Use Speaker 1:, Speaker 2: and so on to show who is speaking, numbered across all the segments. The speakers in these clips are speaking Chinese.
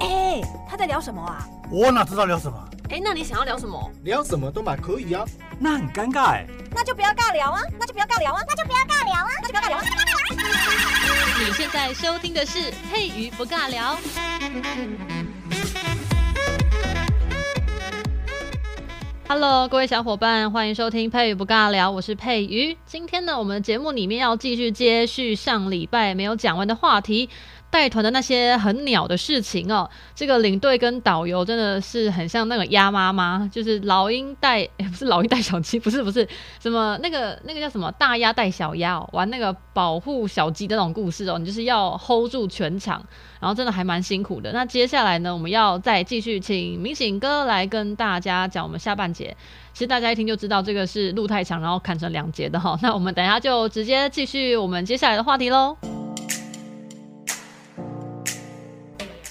Speaker 1: 哎聊什么啊？
Speaker 2: 我哪知道聊什么？
Speaker 3: 哎，那你想要聊什么？
Speaker 4: 聊什么都蛮可以啊。
Speaker 5: 那很尴尬
Speaker 2: 欸
Speaker 5: 哎。
Speaker 1: 那就不要尬聊啊！那就不要尬聊啊！那就不要尬聊啊！那就不要尬聊啊！
Speaker 6: 你现在收听的是《佩瑜不尬聊》。Hello，各位小伙伴，欢迎收听佩瑜不尬聊，我是佩瑜。今天呢，我们节目里面要继续接续上礼拜没有讲完的话题，带团的那些很鸟的事情哦。这个领队跟导游真的是很像那个鸭妈妈，就是老鹰带， 诶不是老鹰带小鸡，不是不是，什么那个那个叫什么大鸭带小鸭哦，玩那个保护小鸡的那种故事哦，你就是要 hold 住全场，然后真的还蛮辛苦的。那接下来呢，我们要再继续请明醒哥来跟大家讲我们下半节。其实大家一听就知道这个是路太长，然后砍成两节的哈、那我们等一下就直接继续我们接下来的话题喽。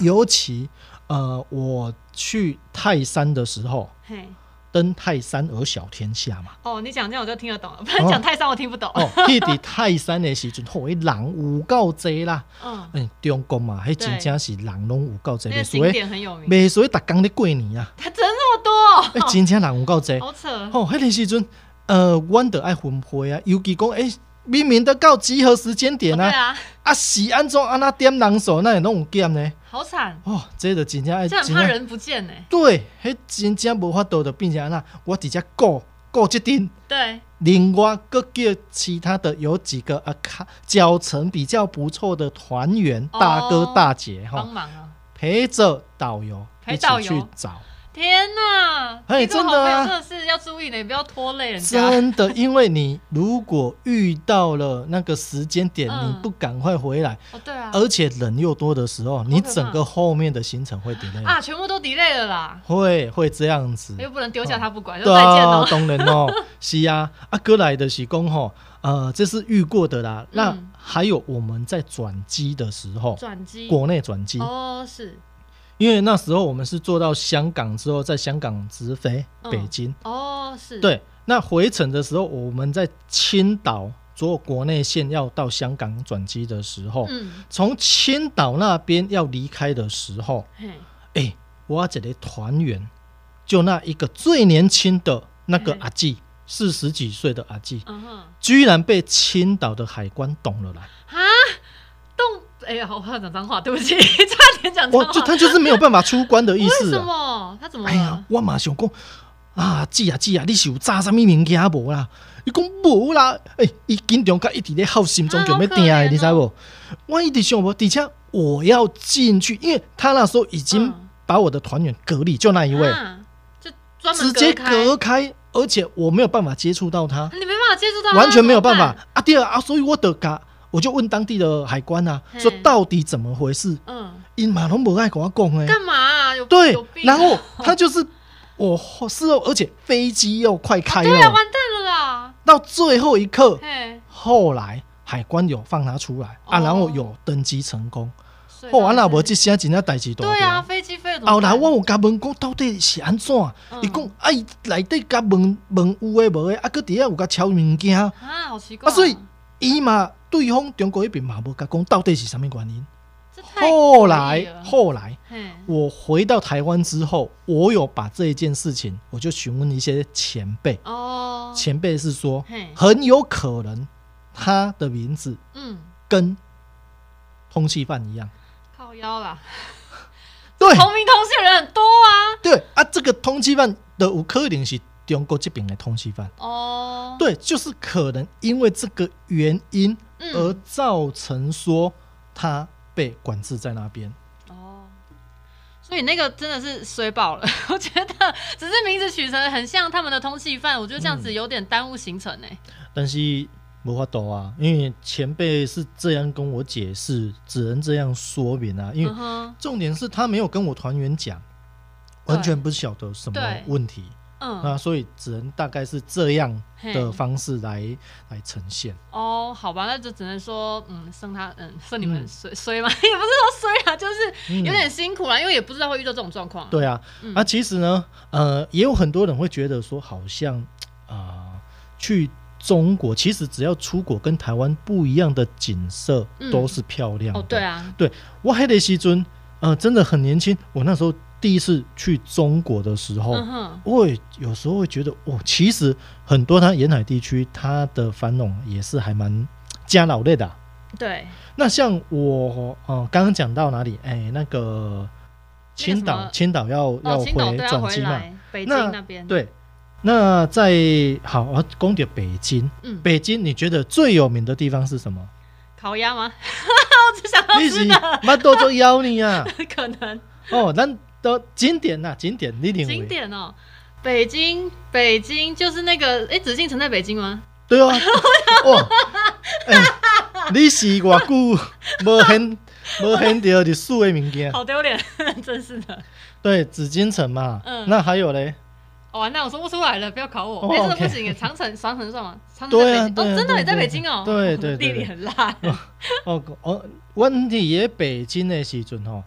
Speaker 4: 尤其呃，我去泰山的时候，
Speaker 6: 嘿，
Speaker 4: 登泰山而小天下 嘛。
Speaker 6: 哦，你讲这样我就听得懂了，不然讲泰山我听不懂。
Speaker 4: 哦，去伫泰山的时阵，吼，迄人有够多啦。
Speaker 6: 嗯，
Speaker 4: 嗯，中国嘛，迄
Speaker 6: 对
Speaker 4: 真正是人拢有够多，
Speaker 6: 那个
Speaker 4: 袂
Speaker 6: 景
Speaker 4: 所以
Speaker 6: 点很有名，
Speaker 4: 袂所以，逐工咧过年啊，
Speaker 6: 它真那么多，
Speaker 4: 迄真正人有够多。
Speaker 6: 好扯。
Speaker 4: 吼，迄个时阵，呃，阮着爱分配啊，尤其讲，诶，明明都到集合时间点
Speaker 6: 对
Speaker 4: 啊，
Speaker 6: 啊，
Speaker 4: 啊是安怎安那点人数，那会拢有减呢？
Speaker 6: 好惨，
Speaker 4: 哦，这着真正爱
Speaker 6: 这
Speaker 4: 真
Speaker 6: 很怕
Speaker 4: 正。
Speaker 6: 人不见呢、
Speaker 4: 对，迄真正无法度的，变成安那，我直接顾顾即阵，
Speaker 6: 对，
Speaker 4: 另外佫叫其他的有几个啊，卡脚程比较不错的团员、
Speaker 6: 哦
Speaker 4: 大哥大姐哈、
Speaker 6: 帮忙啊！
Speaker 4: 陪着导游
Speaker 6: 陪
Speaker 4: 一
Speaker 6: 导
Speaker 4: 起
Speaker 6: 游
Speaker 4: 去找，
Speaker 6: 天哪，
Speaker 4: 哎
Speaker 6: 你这个
Speaker 4: 真
Speaker 6: 好
Speaker 4: 的
Speaker 6: 朋友
Speaker 4: 啊
Speaker 6: 真的是要注意呢，不要拖累人家。
Speaker 4: 真的，因为你如果遇到了那个时间点，
Speaker 6: 嗯
Speaker 4: 你不赶快回来，
Speaker 6: 哦，对啊，
Speaker 4: 而且人又多的时候，你整个后面的行程会 delay，、
Speaker 6: 啊，全哎部都 delay 了啦，
Speaker 4: 会会这样子。
Speaker 6: 又不能丢下他不 管，
Speaker 4: 嗯
Speaker 6: 就
Speaker 4: 对
Speaker 6: 再见哦
Speaker 4: 啊，
Speaker 6: 喽。
Speaker 4: 当然哦， 是啊，啊，哥来的是讲吼，呃，这是遇过的啦。那
Speaker 6: 嗯
Speaker 4: 还有我们在转机的时候，
Speaker 6: 转机
Speaker 4: 国内转机，
Speaker 6: 哦，是
Speaker 4: 因为那时候我们是坐到香港之后，在香港直飞
Speaker 6: 嗯
Speaker 4: 北京。
Speaker 6: 哦，是，
Speaker 4: 对，那回程的时候，我们在青岛坐国内线要到香港转机的时候，
Speaker 6: 嗯，
Speaker 4: 从青岛那边要离开的时候，
Speaker 6: 嘿，
Speaker 4: 哎、我这个团员就那一个最年轻的那个
Speaker 6: 嗯
Speaker 4: 阿纪，四十几岁的阿纪，
Speaker 6: 嗯哼，
Speaker 4: 居然被青岛的海关懂了啦！
Speaker 6: 啊，动，哎呀，我怕讲脏话，对不起， 差点讲脏
Speaker 4: 我
Speaker 6: 话。
Speaker 4: 就他就是没有办法出关的意
Speaker 6: 为
Speaker 4: 思
Speaker 6: 什
Speaker 4: 啊！
Speaker 6: 么？他怎么
Speaker 4: 哎呀
Speaker 6: 了？，
Speaker 4: 我马上讲啊，姐啊姐啊，你是有炸什么物件无啦？伊讲无啦，哎、伊紧张到一直咧好心中
Speaker 6: 啊
Speaker 4: 就要
Speaker 6: 好可
Speaker 4: 定的，
Speaker 6: 怜
Speaker 4: 你知
Speaker 6: 哦
Speaker 4: 无？我一直想无，而且我要进去，因为他那时候已经
Speaker 6: 嗯
Speaker 4: 把我的团员隔离，就那一位。
Speaker 6: 啊就专门
Speaker 4: 直接
Speaker 6: 开，
Speaker 4: 隔开，而且我没有办法接触到他，
Speaker 6: 你没办法接触到他，
Speaker 4: 完全没有办
Speaker 6: 怎么
Speaker 4: 法啊。第二啊，所以我的嘎，我就问当地的海关啊，
Speaker 6: 嘿
Speaker 4: 说到底怎么回事？
Speaker 6: 办。嗯，
Speaker 4: 因马龙不爱跟我讲哎，
Speaker 6: 干嘛啊？有
Speaker 4: 对
Speaker 6: 有，病啊
Speaker 4: 然后他就是我事后，而且飞机又快开
Speaker 6: 对啊，
Speaker 4: 了，
Speaker 6: 完蛋了啦！
Speaker 4: 到最后一刻，
Speaker 6: 嘿，
Speaker 4: 后来海关有放他出来啊，
Speaker 6: 哦
Speaker 4: 然后有登机成功。
Speaker 6: 所以
Speaker 4: 哦，啊
Speaker 6: 到
Speaker 4: 那
Speaker 6: 底是
Speaker 4: 无这些真正代志大
Speaker 6: 对
Speaker 4: 条
Speaker 6: 啊，飞机飞了怎么
Speaker 4: 后来
Speaker 6: 办
Speaker 4: 我有甲问讲到底是安怎，
Speaker 6: 嗯
Speaker 4: 伊讲啊伊内底甲问问有诶无诶，啊佮伫遐有甲抄物件，
Speaker 6: 啊，好奇怪
Speaker 4: 啊
Speaker 6: 哦，
Speaker 4: 所以伊嘛对方中国迄边嘛无甲讲到底是啥物原因。
Speaker 6: 这太
Speaker 4: 后
Speaker 6: 诡异
Speaker 4: 来
Speaker 6: 了
Speaker 4: 后来
Speaker 6: 嘿，
Speaker 4: 我回到台湾之后，我有把这一件事情，我就询问一些前辈，
Speaker 6: 哦，
Speaker 4: 前辈是说
Speaker 6: 嘿
Speaker 4: 很有可能他的名字
Speaker 6: 嗯，
Speaker 4: 跟通缉犯一样，
Speaker 6: 靠 腰啦，
Speaker 4: 对
Speaker 6: 同名同姓的人很多啊，
Speaker 4: 对啊，这个通缉犯的有可能是中国这边的通缉犯。
Speaker 6: 哦，
Speaker 4: 对，就是可能因为这个原因
Speaker 6: 嗯
Speaker 4: 而造成说他被管制在那边。
Speaker 6: 哦，所以那个真的是水饱了， 我觉得只是名字取成很像他们的通缉犯，我觉得这样子有点耽误行程呢。欸
Speaker 4: 但是无法度啊，因为前辈是这样跟我解释，只能这样说明啊。因
Speaker 6: 嗯
Speaker 4: 为
Speaker 6: 哼，
Speaker 4: 重点是他没有跟我团员讲，完全不晓得什么
Speaker 6: 对
Speaker 4: 问题，那
Speaker 6: 嗯，
Speaker 4: 所以只能大概是这样的
Speaker 6: 嘿
Speaker 4: 方式来来呈现。
Speaker 6: 哦，好吧，那就只能说，嗯，送他，嗯，送你们
Speaker 4: 嗯
Speaker 6: 衰衰 嘛，也不是说衰啊，就是
Speaker 4: 嗯
Speaker 6: 有点辛苦啦，因为也不知道会遇到这种状况。，
Speaker 4: 对啊，
Speaker 6: 嗯
Speaker 4: 啊，其实呢，呃，也有很多人会觉得说，好像啊、呃去中国，其实只要出国跟台湾不一样的景色
Speaker 6: 嗯
Speaker 4: 都是漂亮的。
Speaker 6: 哦，对，啊，
Speaker 4: 我黑的西尊，呃，真的很年轻，我那时候。第一次去中国的时候，
Speaker 6: 嗯哼，
Speaker 4: 我也有时候会觉得，哦，其实很多它沿海地区它的繁荣也是还蛮加劳累的啊、
Speaker 6: 对，
Speaker 4: 那像我呃刚刚讲到哪里？哎，那个青
Speaker 6: 那
Speaker 4: 岛，
Speaker 6: 个
Speaker 4: 青岛要、
Speaker 6: 哦，青岛
Speaker 4: 回
Speaker 6: 都要
Speaker 4: 转
Speaker 6: 回
Speaker 4: 机嘛？
Speaker 6: 来，北京
Speaker 4: 那
Speaker 6: 那边，，
Speaker 4: 对。那在好，我讲点北京。
Speaker 6: 嗯，
Speaker 4: 北京，你觉得最有名的地方是什么？
Speaker 6: 烤鸭吗？ 我只想要
Speaker 4: 你
Speaker 6: 吃
Speaker 4: 是
Speaker 6: 哦的，
Speaker 4: 妈多做妖你啊！
Speaker 6: 可能
Speaker 4: 哦，咱都景点呐、景点你领
Speaker 6: 景
Speaker 4: 为
Speaker 6: 点哦。北京，北京就是那个，哎，紫禁城在北京吗？
Speaker 4: 对啊，哇，哎、你是偌久无 很无很到历史的物件？
Speaker 6: 好丢脸， 真是的。
Speaker 4: 对，紫禁城嘛，
Speaker 6: 嗯
Speaker 4: 那还有嘞，
Speaker 6: 哦，完蛋，我说不出来了，不要考我。
Speaker 4: 哦
Speaker 6: 哎、真的
Speaker 4: OK
Speaker 6: 不行耶，长城，长城算吗？长城在
Speaker 4: 对啊
Speaker 6: 北京，
Speaker 4: 对啊
Speaker 6: 哦，真的
Speaker 4: 对
Speaker 6: 也在
Speaker 4: 对
Speaker 6: 北京哦。
Speaker 4: 对啊
Speaker 6: 我的
Speaker 4: 对对
Speaker 6: 地理
Speaker 4: 对
Speaker 6: 很烂。
Speaker 4: 哦哦，阮伫咧北京的时阵吼，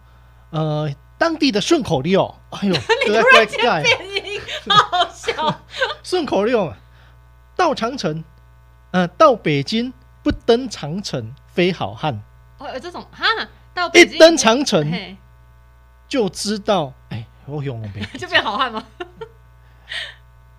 Speaker 4: 呃，当地的顺口溜，哎 呦，你突然间
Speaker 6: 变音，好好 笑。
Speaker 4: 顺口溜嘛，到长城，呃，到北京不登长城非好汉，
Speaker 6: 哦，有这种哈，到
Speaker 4: 一
Speaker 6: 北京
Speaker 4: 登长城
Speaker 6: 嘿，
Speaker 4: 就知道，哎，我用 呗，
Speaker 6: 就变好汉吗？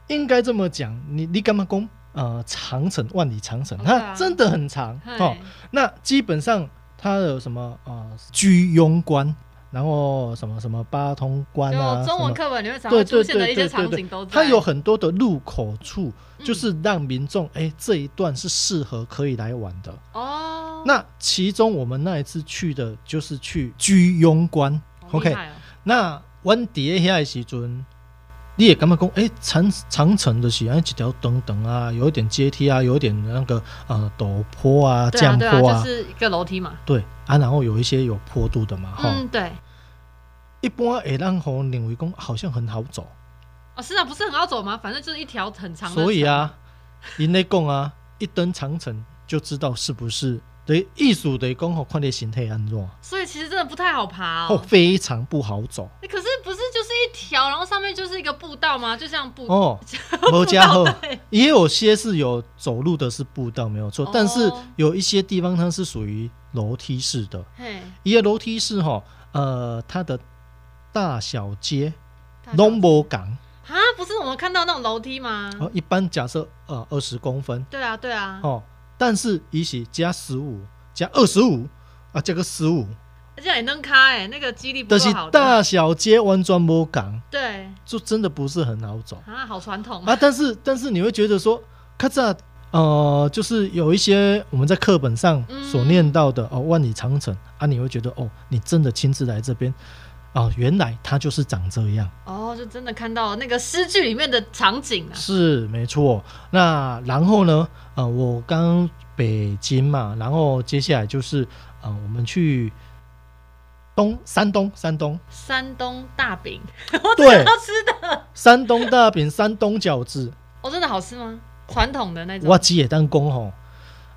Speaker 4: 应该这么讲，你你干嘛讲？呃，长城万里长城，
Speaker 6: 哦对
Speaker 4: 它
Speaker 6: 啊
Speaker 4: 真的很长哦
Speaker 6: 嘿。
Speaker 4: 那基本上它有什么呃，居庸关，然后什么什么八通关啊，
Speaker 6: 哎就中
Speaker 4: 什么
Speaker 6: 文课本里面常
Speaker 4: 对
Speaker 6: 会
Speaker 4: 对
Speaker 6: 出现的
Speaker 4: 对
Speaker 6: 一
Speaker 4: 对
Speaker 6: 些
Speaker 4: 对
Speaker 6: 场景
Speaker 4: 对
Speaker 6: 都，
Speaker 4: 它
Speaker 6: 在。
Speaker 4: 有很多的入口处，
Speaker 6: 嗯
Speaker 4: 就是让民众哎、这一段是适合可以来玩的。
Speaker 6: 哦，
Speaker 4: 那其中我们那一次去的就是去居庸关
Speaker 6: 好厉
Speaker 4: ，OK，
Speaker 6: 害哦
Speaker 4: 那阮伫咧遐的时阵，你也感觉讲，哎、长长城的是安一条长长啊，有一点阶梯啊，有一点那个呃陡坡啊、
Speaker 6: 对啊
Speaker 4: 降
Speaker 6: 对啊，
Speaker 4: 坡
Speaker 6: 就
Speaker 4: 啊，
Speaker 6: 是一个楼梯嘛。
Speaker 4: 对啊，然后有一些有坡度的嘛，哈、
Speaker 6: 嗯，对。
Speaker 4: 一般会让红认为讲好像很好走，
Speaker 6: 哦，是啊，不是很好走吗？反正就是一条很长的城。
Speaker 4: 所以啊，因咧讲啊， 一登长城就知道是不是。对，艺术的讲吼，看你形态安怎，
Speaker 6: 所以其实真的不太好爬
Speaker 4: 哦，
Speaker 6: 哦。
Speaker 4: 非常不好走
Speaker 6: 欸可是不是就是一条，然后上面就是一个步道吗？就像 步
Speaker 4: 哦，无家伙。也有些是有走路的是步道没有错
Speaker 6: 哦，
Speaker 4: 但是有一些地方它是属于楼梯式的，
Speaker 6: 嘿，
Speaker 4: 一个楼梯式哈，呃，它的大小街
Speaker 6: 大小
Speaker 4: 拢无港，
Speaker 6: 啊，不是我们看到那种楼梯吗？
Speaker 4: 哦，一般假设呃二十公分
Speaker 6: 对啊，对啊，
Speaker 4: 哦，但是一起加十五加二十五啊，加个十五，
Speaker 6: 而且也能开、欸，那个肌力不
Speaker 4: 但
Speaker 6: 够
Speaker 4: 是
Speaker 6: 好的。
Speaker 4: 大小街完全无港，
Speaker 6: 对
Speaker 4: 就真的不是很好走。
Speaker 6: 啊，好传统啊。
Speaker 4: 啊，但是但是你会觉得说，咔嚓，呃，就是有一些我们在课本上所念到的、哦，
Speaker 6: 嗯
Speaker 4: 万里长城啊，你会觉得哦，你真的亲自来这边，哦，原来它就是长这样，
Speaker 6: 哦，就真的看到那个诗句里面的场景啊。
Speaker 4: 是没错。那然后呢，呃，我刚北京嘛，然后接下来就是呃，我们去东山东山东，
Speaker 6: 山东大饼，
Speaker 4: 对，
Speaker 6: 要吃的，
Speaker 4: 山东大饼，山东饺子，
Speaker 6: 哦，真的好吃吗？传统的那种
Speaker 4: 哇，。鸡也当公吼。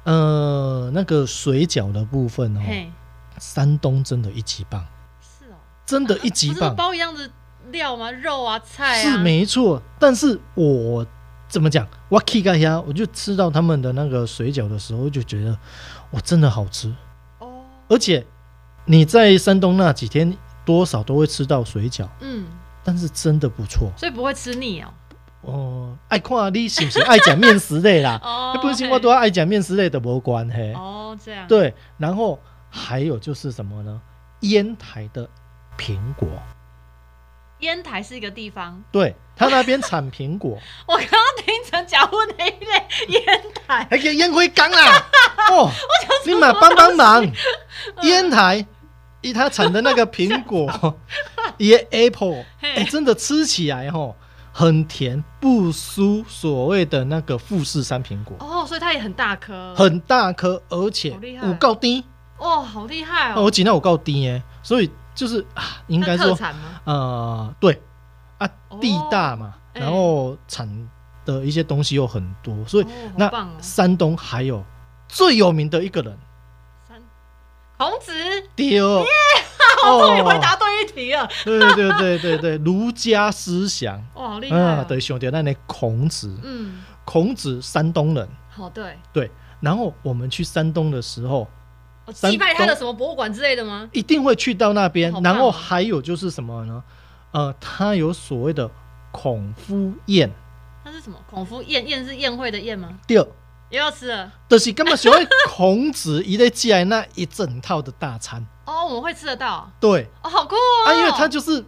Speaker 4: 呃，那个水饺的部分哦，
Speaker 6: 嘿，
Speaker 4: 山东真的一级棒，
Speaker 6: 是哦，
Speaker 4: 真的一
Speaker 6: 啊不
Speaker 4: 级
Speaker 6: 是都
Speaker 4: 棒，
Speaker 6: 包一样的料吗？肉啊，菜啊，
Speaker 4: 是没错。但是我怎么讲，我 K 盖呀，我就吃到他们的那个水饺的时候，就觉得哇，真的好吃。
Speaker 6: 哦，
Speaker 4: 而且你在山东那几天，多少都会吃到水饺，
Speaker 6: 嗯，
Speaker 4: 但是真的不错。
Speaker 6: 所以不会吃腻哦。
Speaker 4: 哦，爱看你是不是爱讲面食类啦？
Speaker 6: 哦
Speaker 4: 那，不是我都
Speaker 6: 嘿
Speaker 4: 要爱讲面食类的无关嘿。
Speaker 6: 哦，这样。
Speaker 4: 对，然后还有就是什么呢？烟台的苹果，
Speaker 6: 烟台是一个地方，
Speaker 4: 对他那边产苹 果。
Speaker 6: 我刚刚听成假货那一类烟台，
Speaker 4: 还可哎以烟灰缸 啦！哦，你妈帮帮忙！
Speaker 6: 嗯
Speaker 4: 烟台，以它产的那个苹 果，也 apple，
Speaker 6: 嘿
Speaker 4: 哎、真的吃起来吼很甜，不输所谓的那个富士山苹果，
Speaker 6: 哦，所以它也很大颗，
Speaker 4: 很大颗，而且
Speaker 6: 好厉害
Speaker 4: 五够低
Speaker 6: 哦，好厉害
Speaker 4: 哦，
Speaker 6: 哦，
Speaker 4: 我挤到五够低耶，所以就是啊，应该
Speaker 6: 那特
Speaker 4: 说
Speaker 6: 产吗？
Speaker 4: 呃，对啊，地
Speaker 6: 哦
Speaker 4: 大嘛，
Speaker 6: 哎
Speaker 4: 然后产的一些东西又很多，所以、
Speaker 6: 哦好棒
Speaker 4: 那
Speaker 6: 哦
Speaker 4: 山东还有最有名的一个人，
Speaker 6: 三孔子，
Speaker 4: 第二，
Speaker 6: 我终于
Speaker 4: 哦
Speaker 6: 回答对一题了，
Speaker 4: 对对对对对，儒家思想
Speaker 6: 哇，好厉害
Speaker 4: 啊，
Speaker 6: 哦，
Speaker 4: 对，兄弟，那那孔子，
Speaker 6: 嗯，
Speaker 4: 孔子山东人，
Speaker 6: 好对，
Speaker 4: 对，然后我们去山东的时候。
Speaker 6: 我
Speaker 4: 山
Speaker 6: 哦祭拜他的
Speaker 4: 东
Speaker 6: 什么博物馆之类的吗？
Speaker 4: 一定会去到那边
Speaker 6: 好。棒哦
Speaker 4: 然后还有就是什么呢？呃，它有所谓的孔夫宴。
Speaker 6: 它是什么？孔夫宴宴是宴会的宴吗？
Speaker 4: 第二，
Speaker 6: 又要吃了
Speaker 4: 就是根本所谓孔子一类寄来那一整套的大餐。
Speaker 6: 哦，我们会吃得到
Speaker 4: 对，
Speaker 6: 哦，好酷哦！
Speaker 4: 啊，因为它就是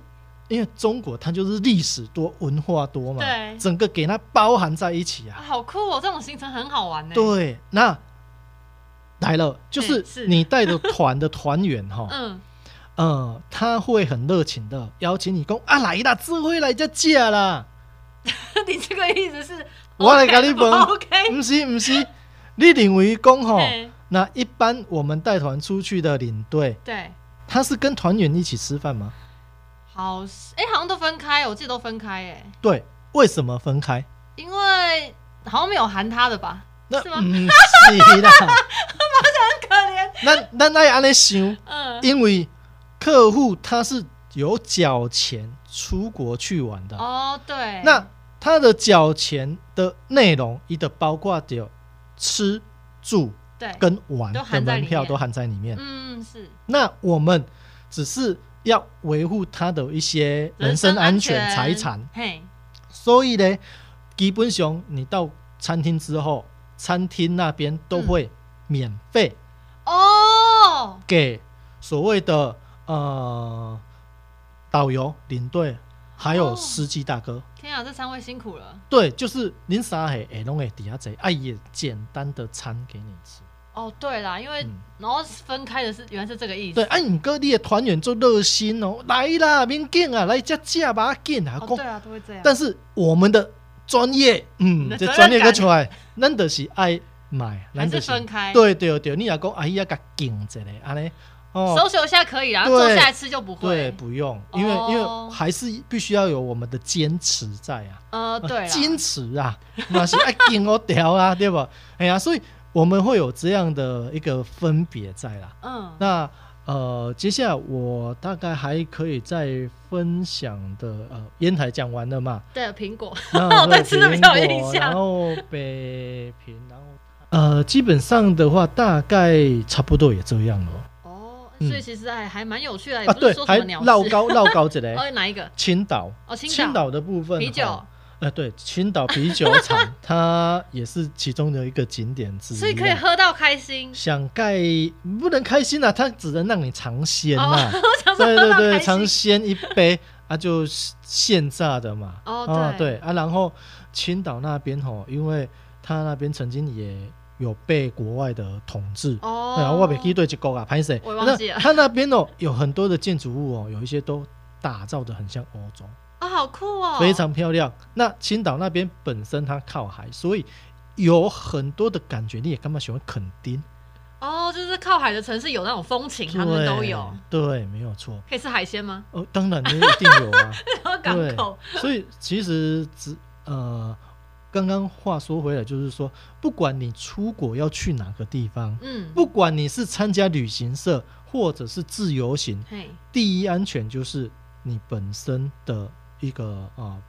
Speaker 4: 因为中国它就是历史多、文化多嘛，
Speaker 6: 对
Speaker 4: 整个给它包含在一起啊。
Speaker 6: 啊好酷哦，这种行程很好玩呢。，
Speaker 4: 对，那来了，就
Speaker 6: 嗯
Speaker 4: 是
Speaker 6: 是
Speaker 4: 你带的团的 团员哈、
Speaker 6: 嗯，
Speaker 4: 呃，他会很热情的邀请你讲啊，来啦，智慧来这嫁啦，
Speaker 6: 你这个意思是？
Speaker 4: 我来跟你问嗯哦
Speaker 6: OK，
Speaker 4: 不是不是，你认为讲吼，
Speaker 6: 嘿
Speaker 4: 那一般我们带团出去的领队，
Speaker 6: 对，
Speaker 4: 他是跟团员一起吃饭吗？
Speaker 6: 好，哎，好像都分开，我记得都分开，哎，
Speaker 4: 对，为什么分开？
Speaker 6: 因为好像没有含他的吧？
Speaker 4: 那
Speaker 6: 是吗
Speaker 4: 嗯是 啦，
Speaker 6: 很可怜，
Speaker 4: 那那那安尼想，
Speaker 6: 嗯，
Speaker 4: 因为客户他是有缴钱出国去玩的，
Speaker 6: 哦，对，
Speaker 4: 那他的缴钱的内容，一的包括着吃住。
Speaker 6: 对，
Speaker 4: 跟玩
Speaker 6: 都
Speaker 4: 的
Speaker 6: 含在里
Speaker 4: 门票
Speaker 6: 面
Speaker 4: 都含在里面。
Speaker 6: 嗯是
Speaker 4: 那我们只是要维护他的一些人身
Speaker 6: 身
Speaker 4: 安
Speaker 6: 全、
Speaker 4: 全、财产，
Speaker 6: 嘿，
Speaker 4: 所以呢，基本上你到餐厅之后，餐厅那边都会免费
Speaker 6: 哦，
Speaker 4: 给所谓的呃导游、领队还有
Speaker 6: 哦
Speaker 4: 司机大哥。
Speaker 6: 天啊，这三位辛苦了。
Speaker 4: 对，就是您啥会会拢会底下贼，哎也简单的餐给你吃。
Speaker 6: 哦，对啦，因为、
Speaker 4: 嗯
Speaker 6: 然后分开的是原来是这个意思。
Speaker 4: 对，啊，毋过你的团员做热心哦，来啦，免紧啊，来遮食吧，紧啊，
Speaker 6: 哦，
Speaker 4: 讲
Speaker 6: 对啊，都会这样。
Speaker 4: 但是我们的专业，嗯
Speaker 6: 你，的
Speaker 4: 这
Speaker 6: 责任
Speaker 4: 专业个
Speaker 6: 感
Speaker 4: 出来，咱就是爱买，咱
Speaker 6: 还
Speaker 4: 就是
Speaker 6: 分开。，
Speaker 4: 对对对，你若讲哎呀，甲敬一下安尼，哦，
Speaker 6: 收拾一下可以啦，
Speaker 4: 对
Speaker 6: 坐下来吃就不
Speaker 4: 对，
Speaker 6: 会。
Speaker 4: 不用，因为因
Speaker 6: 哦
Speaker 4: 为还是必须要有我们的坚持在啊，
Speaker 6: 呃，对啦，
Speaker 4: 坚持啊， 那是爱敬我条啊， 对吧？哎呀，所以我们会有这样的一个分别在啦。
Speaker 6: 嗯，
Speaker 4: 那呃，接下来我大概还可以再分享的，呃，烟台讲完了嘛？
Speaker 6: 对，苹果，
Speaker 4: 那
Speaker 6: 对吃的比较有印
Speaker 4: 苹果
Speaker 6: 象
Speaker 4: 然后北平，然后呃，基本上的话，大概差不多也这样了。
Speaker 6: 哦，
Speaker 4: 嗯
Speaker 6: 所以其实还还蛮有趣的，也
Speaker 4: 啊，
Speaker 6: 哎不是
Speaker 4: 对
Speaker 6: 说，什
Speaker 4: 还
Speaker 6: 么鸟
Speaker 4: 绕
Speaker 6: 事。
Speaker 4: 高 绕高这嘞，
Speaker 6: 哦，哪一个？
Speaker 4: 青岛。
Speaker 6: 哦，青
Speaker 4: 青岛的部分，
Speaker 6: 啤酒
Speaker 4: 哈，呃，对，青岛啤酒厂，它也是其中的一个景点之一啊。
Speaker 6: 所以可以喝到开心。
Speaker 4: 想盖不能开心啊，它只能让你尝鲜
Speaker 6: 哦，
Speaker 4: 啊。
Speaker 6: 我想说
Speaker 4: 对
Speaker 6: 喝
Speaker 4: 对
Speaker 6: 到
Speaker 4: 对，
Speaker 6: 开
Speaker 4: 尝
Speaker 6: 心。
Speaker 4: 鲜一杯啊，就现榨的嘛。
Speaker 6: 哦
Speaker 4: 啊
Speaker 6: 对
Speaker 4: 对啊，然后青岛那边吼，因为他那边曾经也有被国外的统治。
Speaker 6: 哦，
Speaker 4: 哎呀，我没记对一个啊，拍谁？
Speaker 6: 我也忘
Speaker 4: 那
Speaker 6: 记了
Speaker 4: 他那边哦，有很多的建筑物哦，有一些都打造的很像欧洲，
Speaker 6: 啊，好酷哦，
Speaker 4: 非常漂亮。那青岛那边本身它靠海，所以有很多的感觉，你也干嘛喜欢垦丁？
Speaker 6: 哦，就是靠海的城市有那种风情，他们
Speaker 4: 对
Speaker 6: 都有。
Speaker 4: 对，没有错。
Speaker 6: 可以吃海鲜吗？
Speaker 4: 哦，当然你一定有 啊。
Speaker 6: 然后港
Speaker 4: 对，
Speaker 6: 口，
Speaker 4: 所以其实只呃，刚刚话说回来，就是说，不管你出国要去哪个地方，
Speaker 6: 嗯，
Speaker 4: 不管你是参加旅行社或者是自由行，
Speaker 6: 嘿，
Speaker 4: 第一安全就是你本身的一个啊、呃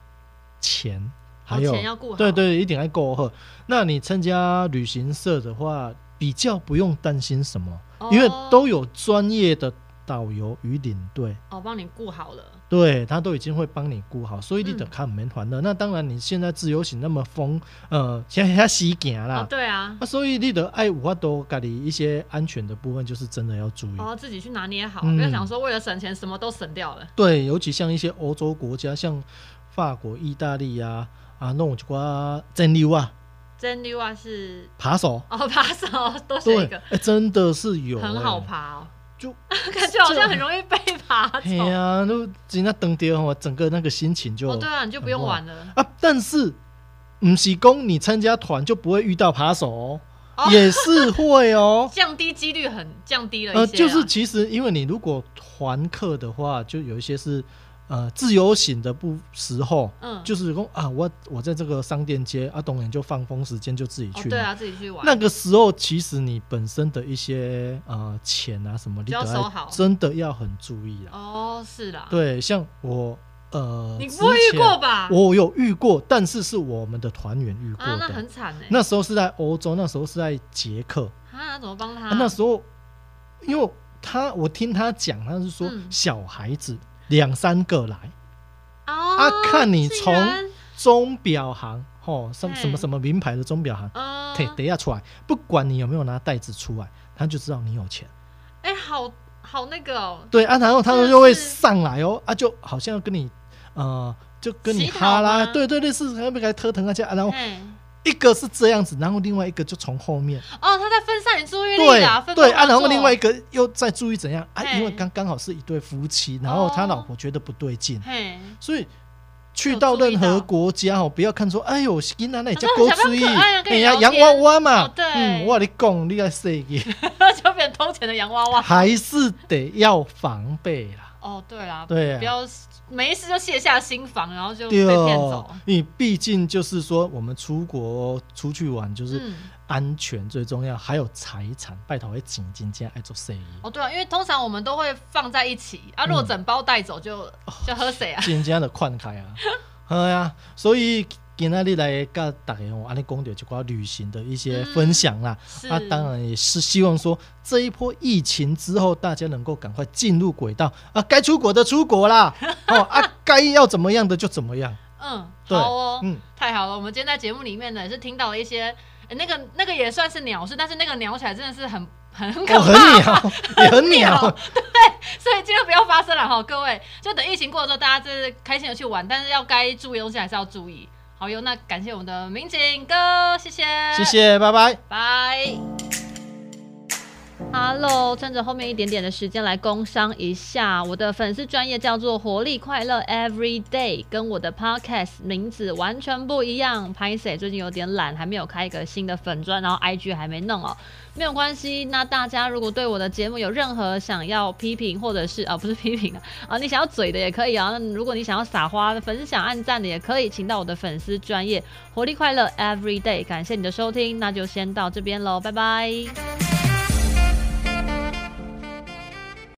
Speaker 4: 钱，还有
Speaker 6: 哦钱要顾好
Speaker 4: 对对，一定要够喝。那你参加旅行社的话，比较不用担心什么，因为
Speaker 6: 哦
Speaker 4: 都有专业的导游与领队。
Speaker 6: 哦，帮你顾好了，
Speaker 4: 对他都已经会帮你顾好，所以你的
Speaker 6: 嗯
Speaker 4: 卡免烦恼。那当然，你现在自由行那么疯，呃，现在要死行
Speaker 6: 哦
Speaker 4: 啦，，
Speaker 6: 对啊，
Speaker 4: 啊，所以你的爱有法多家里一些安全的部分，就是真的要注意。
Speaker 6: 哦，自己去拿捏好，
Speaker 4: 嗯
Speaker 6: 不要想说为了省钱什么都省掉了，
Speaker 4: 对，尤其像一些欧洲国家，像法国、意大利呀、啊，啊，弄一挂蒸馏啊，
Speaker 6: 真溜啊是
Speaker 4: 扒手，
Speaker 6: 哦，扒手多选
Speaker 4: 对
Speaker 6: 一个，，
Speaker 4: 哎真的是有、
Speaker 6: 很
Speaker 4: 哎
Speaker 6: 好，爬哦，
Speaker 4: 就
Speaker 6: 感觉好像很容易被爬
Speaker 4: 哎
Speaker 6: 走。
Speaker 4: 呀，都人家登掉哦，整个那个心情就、
Speaker 6: 哦，对啊，你就不用玩了。
Speaker 4: 啊，但是唔是讲你参加团就不会遇到扒手哦，
Speaker 6: 哦。
Speaker 4: 也是会哦
Speaker 6: 降低几率很降低了一
Speaker 4: 呃，
Speaker 6: 些啊，
Speaker 4: 就是其实因为你如果团客的话，就有一些是呃自由行的不时候，
Speaker 6: 嗯
Speaker 4: 就是说啊，我我在这个商店街啊，当然就放风时间就自己
Speaker 6: 哦
Speaker 4: 去、，
Speaker 6: 对。啊，自己去玩。
Speaker 4: 那个时候，其实你本身的一些呃钱啊什么，你
Speaker 6: 就要
Speaker 4: 得
Speaker 6: 收
Speaker 4: 要
Speaker 6: 好
Speaker 4: 真的要很注意啦。
Speaker 6: 哦，是啦，，
Speaker 4: 对，像我呃，
Speaker 6: 你不会遇过吧？
Speaker 4: 我有遇过，但是是我们的团员遇过
Speaker 6: 啊，
Speaker 4: 的。
Speaker 6: 那很惨哎。
Speaker 4: 那时候是在欧洲，那时候是在捷克。
Speaker 6: 啊，怎么帮他
Speaker 4: 啊？那时候，因为他我听他讲，他是说
Speaker 6: 嗯
Speaker 4: 小孩子两三个来，啊，看你
Speaker 6: 哦竟
Speaker 4: 从
Speaker 6: 然
Speaker 4: 钟表行哦，什么
Speaker 6: 对
Speaker 4: 什么什么名牌的钟表行，
Speaker 6: 啊，
Speaker 4: 得等一下出来，不管你有没有拿袋子出来，他就知道你有钱。
Speaker 6: 哎、好好那个哦，
Speaker 4: 对啊，然后他
Speaker 6: 真
Speaker 4: 们
Speaker 6: 的
Speaker 4: 就会
Speaker 6: 是
Speaker 4: 上来哦，啊，就好像要跟你呃，就跟你
Speaker 6: 乞讨
Speaker 4: 哈拉，
Speaker 6: 吗
Speaker 4: 对对对，是还没给他特疼啊这样，啊然后
Speaker 6: 哎，
Speaker 4: 一个是这样子，然后另外一个就从后面，
Speaker 6: 哦，他在分散你注意力
Speaker 4: 对
Speaker 6: 啦，分
Speaker 4: 对
Speaker 6: 工
Speaker 4: 啊，
Speaker 6: 合
Speaker 4: 然后另外一
Speaker 6: 作，
Speaker 4: 个又在注意怎样啊，因为
Speaker 6: 嘿
Speaker 4: 刚刚好是一对夫妻，然后他老
Speaker 6: 哦
Speaker 4: 婆觉得不对劲，
Speaker 6: 嘿，
Speaker 4: 所以去
Speaker 6: 有
Speaker 4: 到
Speaker 6: 注意
Speaker 4: 任何
Speaker 6: 到
Speaker 4: 国家哦，不要看说，哎呦，囡仔那叫
Speaker 6: 啊
Speaker 4: 狗
Speaker 6: 小朋友
Speaker 4: 吃
Speaker 6: 可爱啊可以
Speaker 4: 呀
Speaker 6: 聊
Speaker 4: 洋
Speaker 6: 天
Speaker 4: 娃娃嘛，
Speaker 6: 哦对
Speaker 4: 嗯，我跟你讲，你爱谁个，
Speaker 6: 就变偷钱的洋娃娃。
Speaker 4: 还是得要防备啦，
Speaker 6: 哦，对啦，
Speaker 4: 对啊
Speaker 6: 不要没事就卸下心防，然后就被
Speaker 4: 对
Speaker 6: 骗
Speaker 4: 哦
Speaker 6: 走。，
Speaker 4: 你毕竟就是说，我们出国出去玩，就是
Speaker 6: 嗯，
Speaker 4: 安全最重要，还有财产，拜托会紧紧加爱做生意，
Speaker 6: 哦对啊，因为通常我们都会放在一起啊，如果
Speaker 4: 嗯哦
Speaker 6: 整包带走就、就喝谁啊？
Speaker 4: 紧加的宽开啊， 哎呀，所以今天来跟大家我安尼讲到一寡旅行的一些分享啦，
Speaker 6: 嗯是
Speaker 4: 啊，当然也是希望说这一波疫情之后，大家能够赶快进入轨道啊，该出国的出国 啦，哦啊，该要怎么样的就怎么样，
Speaker 6: 嗯，
Speaker 4: 对，
Speaker 6: 好哦，
Speaker 4: 嗯，
Speaker 6: 太好了，我们今天在节目里面呢也是听到了一些、呃那个那个也算是鸟事，但是那个鸟起来真的是很很很可
Speaker 4: 我
Speaker 6: 怕。
Speaker 4: 哦很鸟，也很 鸟，
Speaker 6: 所以尽量不要发生了哈，各位，就等疫情过了之后，大家就是开心的去玩，但是要该注意的东西还是要注意。好哟，那感谢我们的民警哥，谢谢，
Speaker 4: 谢，谢，拜拜。
Speaker 6: 拜。Hello，趁着后面一点点的时间来工商一下，我的粉丝专业叫做“活力快乐 Every Day”，跟我的 Podcast 名字完全不一样。拍谁最近有点懒，还没有开一个新的粉专，然后 IG 还没弄哦。没有关系，那大家如果对我的节目有任何想要批评，或者是啊、不是批评啊，啊你想要嘴的也可以啊，那如果你想要撒花、分享、按赞的也可以，请到我的粉丝专业活力快乐 Every Day。感谢你的收听，那就先到这边喽，拜拜。